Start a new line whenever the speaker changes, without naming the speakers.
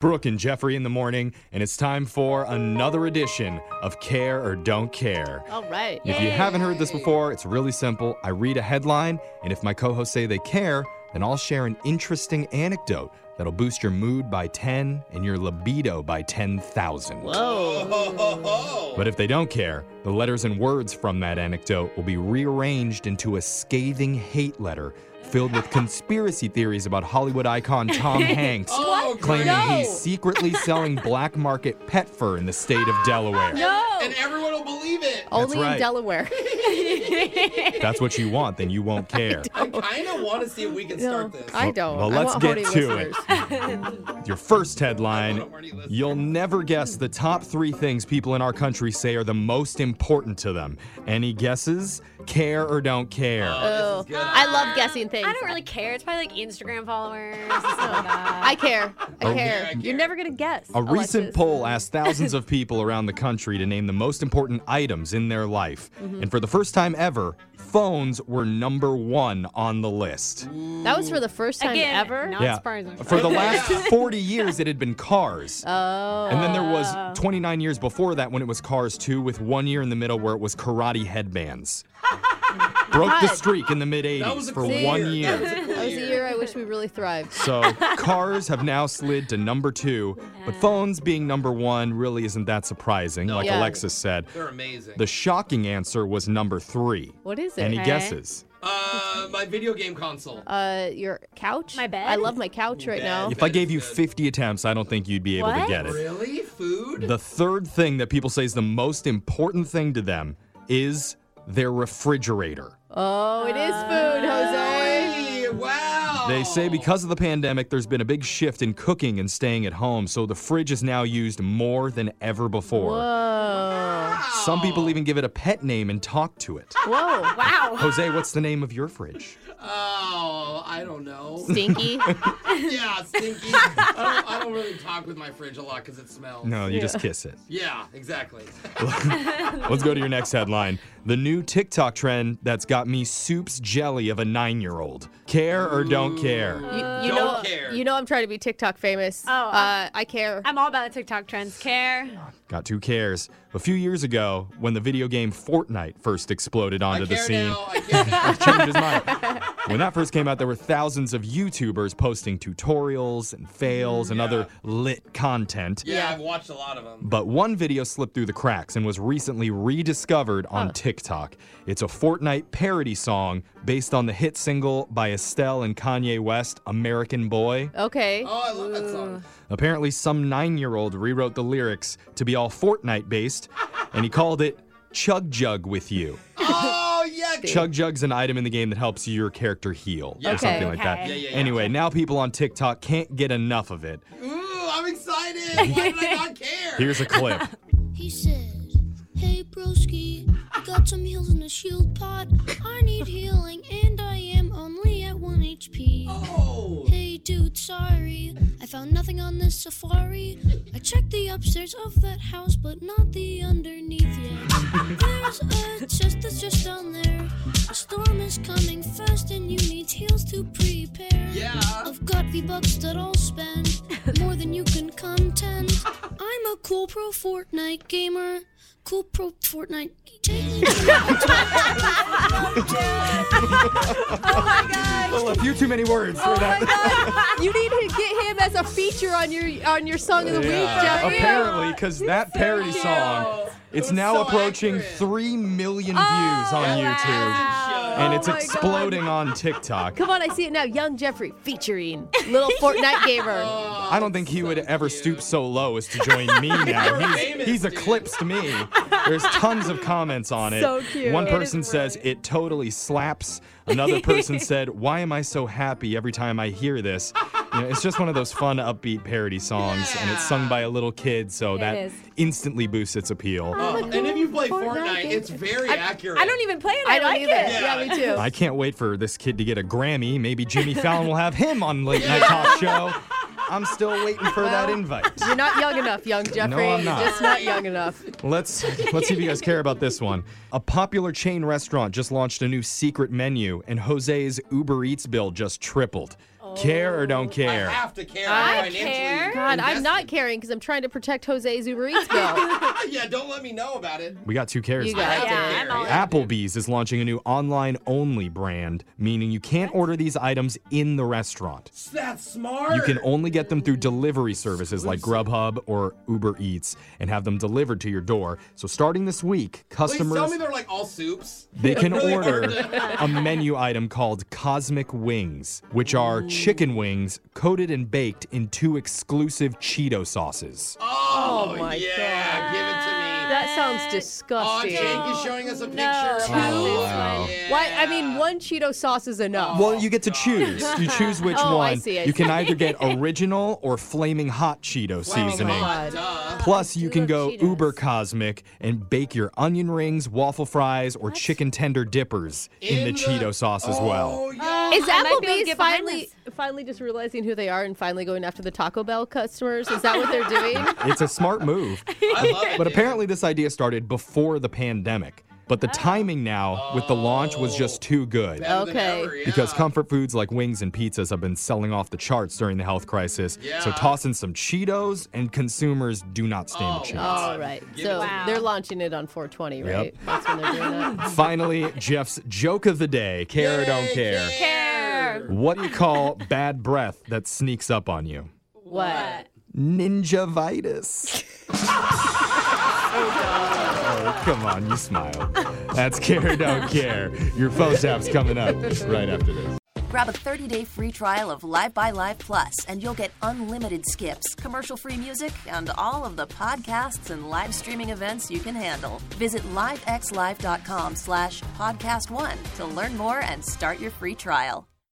Brooke and Jeffrey in the morning, and it's time for another edition of Care or Don't Care.
All right.
If you haven't heard this before, it's really simple. I read a headline, and if my co hosts say they care, then I'll share an interesting anecdote that'll boost your mood by 10 and your libido by 10,000.
Whoa.
But if they don't care, the letters and words from that anecdote will be rearranged into a scathing hate letter filled with conspiracy theories about Hollywood icon Tom Hanks
Oh,
claiming
great.
he's secretly selling black market pet fur in the state of Delaware.
And everyone will believe it.
Only
right.
in Delaware.
If that's what you want, then you won't care.
I kind of want to see if we can start this.
Oh. I don't.
well,
I
let's
want
get
horny
to
listeners.
Your first
I
headline
want a Marty listener.
You'll never guess the top three things people in our country say are the most important to them. Any guesses? Care or don't care?
Oh, this is good.
I love guessing things.
I don't really care. It's probably like Instagram followers. and stuff like that.
I care. I
Oh.
care.
Yeah, I
You're
care.
never gonna guess.
A recent
Uh, Alexis.
poll asked thousands of people around the country to name the most important items in their life.
Mm-hmm.
And for the first time ever, phones were number one on the list.
That was for the first time
Again,
ever.
not surprising. Uh,
For the last 40 years, it had been cars.
Oh.
And then there was 29 years before that when it was Cars 2, with one year in the middle where it was karate headbands. Broke the
God.
streak in the mid
That was
80s
a
for
cool
one
That was a
year.
cool
That was the
year.
year I wish we really thrived.
So cars have now slid to number two, but phones being number one really isn't that surprising, like
Yeah.
Alexis said.
They're amazing.
The shocking answer was number three.
What is it?
Any
Okay.
guesses?
uh, my video game console.
Uh, your couch.
My bed?
I love my couch right
Bed.
now.
If I
That
gave
is
you
good.
50 attempts, I don't think you'd be able to
What?
get it.
really? Food?
The third thing that people say is the most important thing to them is their refrigerator.
Oh, it is food, Jose.
Hey, wow.
They say because of the pandemic, there's been a big shift in cooking and staying at home, so the fridge is now used more than ever before.
Whoa.
Some people even give it a pet name and talk to it.
Whoa.
Wow.
Jose, what's the name of your fridge?
Oh, I don't know.
Stinky.
yeah, stinky. I, don't, I don't really talk with my fridge a lot because it smells.
No, you just kiss it.
Yeah, exactly.
Let's go to your next headline. The new TikTok trend that's got me soups jelly of a nine year old. Care or don't care?
You, you
Don't
know,
care.
you know, I'm trying to be TikTok famous.
Uh, Oh,
uh,
I'm-
I care.
I'm all about the TikTok trends. Care.
Got two cares. A few years ago, when the video game Fortnite first exploded
I
onto the
care
scene,
now. I care now.
changed his mind. When that first came out, there were thousands of YouTubers posting tutorials and fails and other lit content.
Yeah,
Yeah.
I've watched a lot of them.
But one video slipped through the cracks and was recently rediscovered on TikTok. It's a Fortnite parody song based on the hit single by Estelle and Kanye West, American Boy.
okay.
Oh, I love that song.
Apparently, some nine year old rewrote the lyrics to be all Fortnite based, and he called it Chug Jug with You.
Oh, yeah.
Chug Jug's an item in the game that helps your character heal
Yeah.
or
Okay,
something like that.
okay.
Yeah, yeah, yeah.
Anyway, now people on TikTok can't get enough of it.
Ooh, I'm excited. Why did I not care?
Here's a clip.
He said, Hey broski, I got some heals in the shield pot. I need healing and I am only at 1 HP.
oh.
Hey dude, sorry, I found nothing on this safari. I checked the upstairs of that house, but not the underneath yet. There's a chest that's just down there. A storm is coming fast and you need heals to prepare.
Yeah.
I've got V-Bucks that I'll spend more than you can contend. I'm a cool pro Fortnite gamer. Cool pro Fortnite. Take me to the
well, a few too many words for that.
you need to get him as a feature on your on your song of the week,
Yeah,
Jeffrey.
apparently, because that parody
cute.
song,
It
it's
was
now
so
approaching
accurate.
3 million views on YouTube. And
Oh
it's
my God.
exploding on TikTok.
Come on, I see it now. Young Jeffrey featuring little Fortnite gamer.
I don't think he would ever stoop so low as to join me now.
You're
He's,
famous,
he's
dude.
eclipsed me. There's tons of comments on it.
So cute.
One
It is
person says it totally slaps. Another person said, "Why am I so happy every time I hear this?" You know, it's just one of those fun, upbeat parody songs, and it's sung by a little kid, so
It
that
is.
instantly boosts its appeal.
Oh, and if you play Fortnite,
Fortnite game.
it's very accurate.
I don't even play it. I,
I don't
like
either.
it.
Yeah. me too.
I can't wait for this kid to get a Grammy. Maybe Jimmy Fallon will have him on late night talk show. I'm still waiting for that invite.
You're not young enough, young Jeffrey.
I'm not.
You're just not young enough.
Let's let's see if you guys care about this one. A popular chain restaurant just launched a new secret menu, and Jose's Uber Eats bill just tripled. Care or don't
I
care?
have to care
I
financially.
care.
God, I'm not
invested.
caring because I'm trying to protect Jose Zuberit's bill.
yeah, don't let me know about it.
We got two cares.
You
I
got
have to
Yeah,
care.
I'm all
Yeah.
Applebee's is launching a new online only brand, meaning you can't order these items in the restaurant.
That's smart.
You can only get them through delivery services like Grubhub or Uber Eats and have them delivered to your door. So starting this week,
Please tell
customers
me they're like all soups.
they can
Really
order
hard to-
a menu item called Cosmic Wings, which are chicken wings coated and baked in two exclusive Cheeto sauces.
Oh,
my
yeah, give it to me.
that sounds
Oh,
disgusting.
Jake is showing us a picture.
No.
of-
Oh, wow.
Yeah.
Why? I mean, one Cheeto sauce is enough.
Well, you get to choose. You choose which one.
Oh, I see, I
you can either get original or flaming hot Cheeto
Wow,
seasoning.
God, duh.
Plus,
I
you
do
can
love
go
Cheetos.
uber cosmic and bake your onion rings, waffle fries, or chicken tender dippers in, the, Cheeto sauce as well.
Oh, yeah.
Is
I might be able to
Applebee's
get behind
finally finally just realizing who they are and finally going after the Taco Bell customers? Is that what they're doing?
It's a smart move.
I love it.
But
dude.
apparently, this idea started before the pandemic. But the timing now with the launch was just too good.
Better than
Okay.
ever, Oh. yeah.
Because comfort foods like wings and pizzas have been selling off the charts during the health crisis. So
Yeah.
toss in some Cheetos, and consumers do not stand
Oh,
a chance.
wow.
All right.
Give it
So
to
me.
they're launching it on 420, right?
Yep.
That's when they're doing that.
Finally, Jeff's joke of the day care or don't
oh. Yay,
care.
Care.
What do you call bad breath that sneaks up on you?
What?
Ninjavitis. oh, come on, you smile. That's care or don't care. Your phone tap's coming up right after this.
Grab a 30-day free trial of Live by Live Plus, and you'll get unlimited skips, commercial-free music, and all of the podcasts and live streaming events you can handle. Visit livexlive.com slash podcast one to learn more and start your free trial.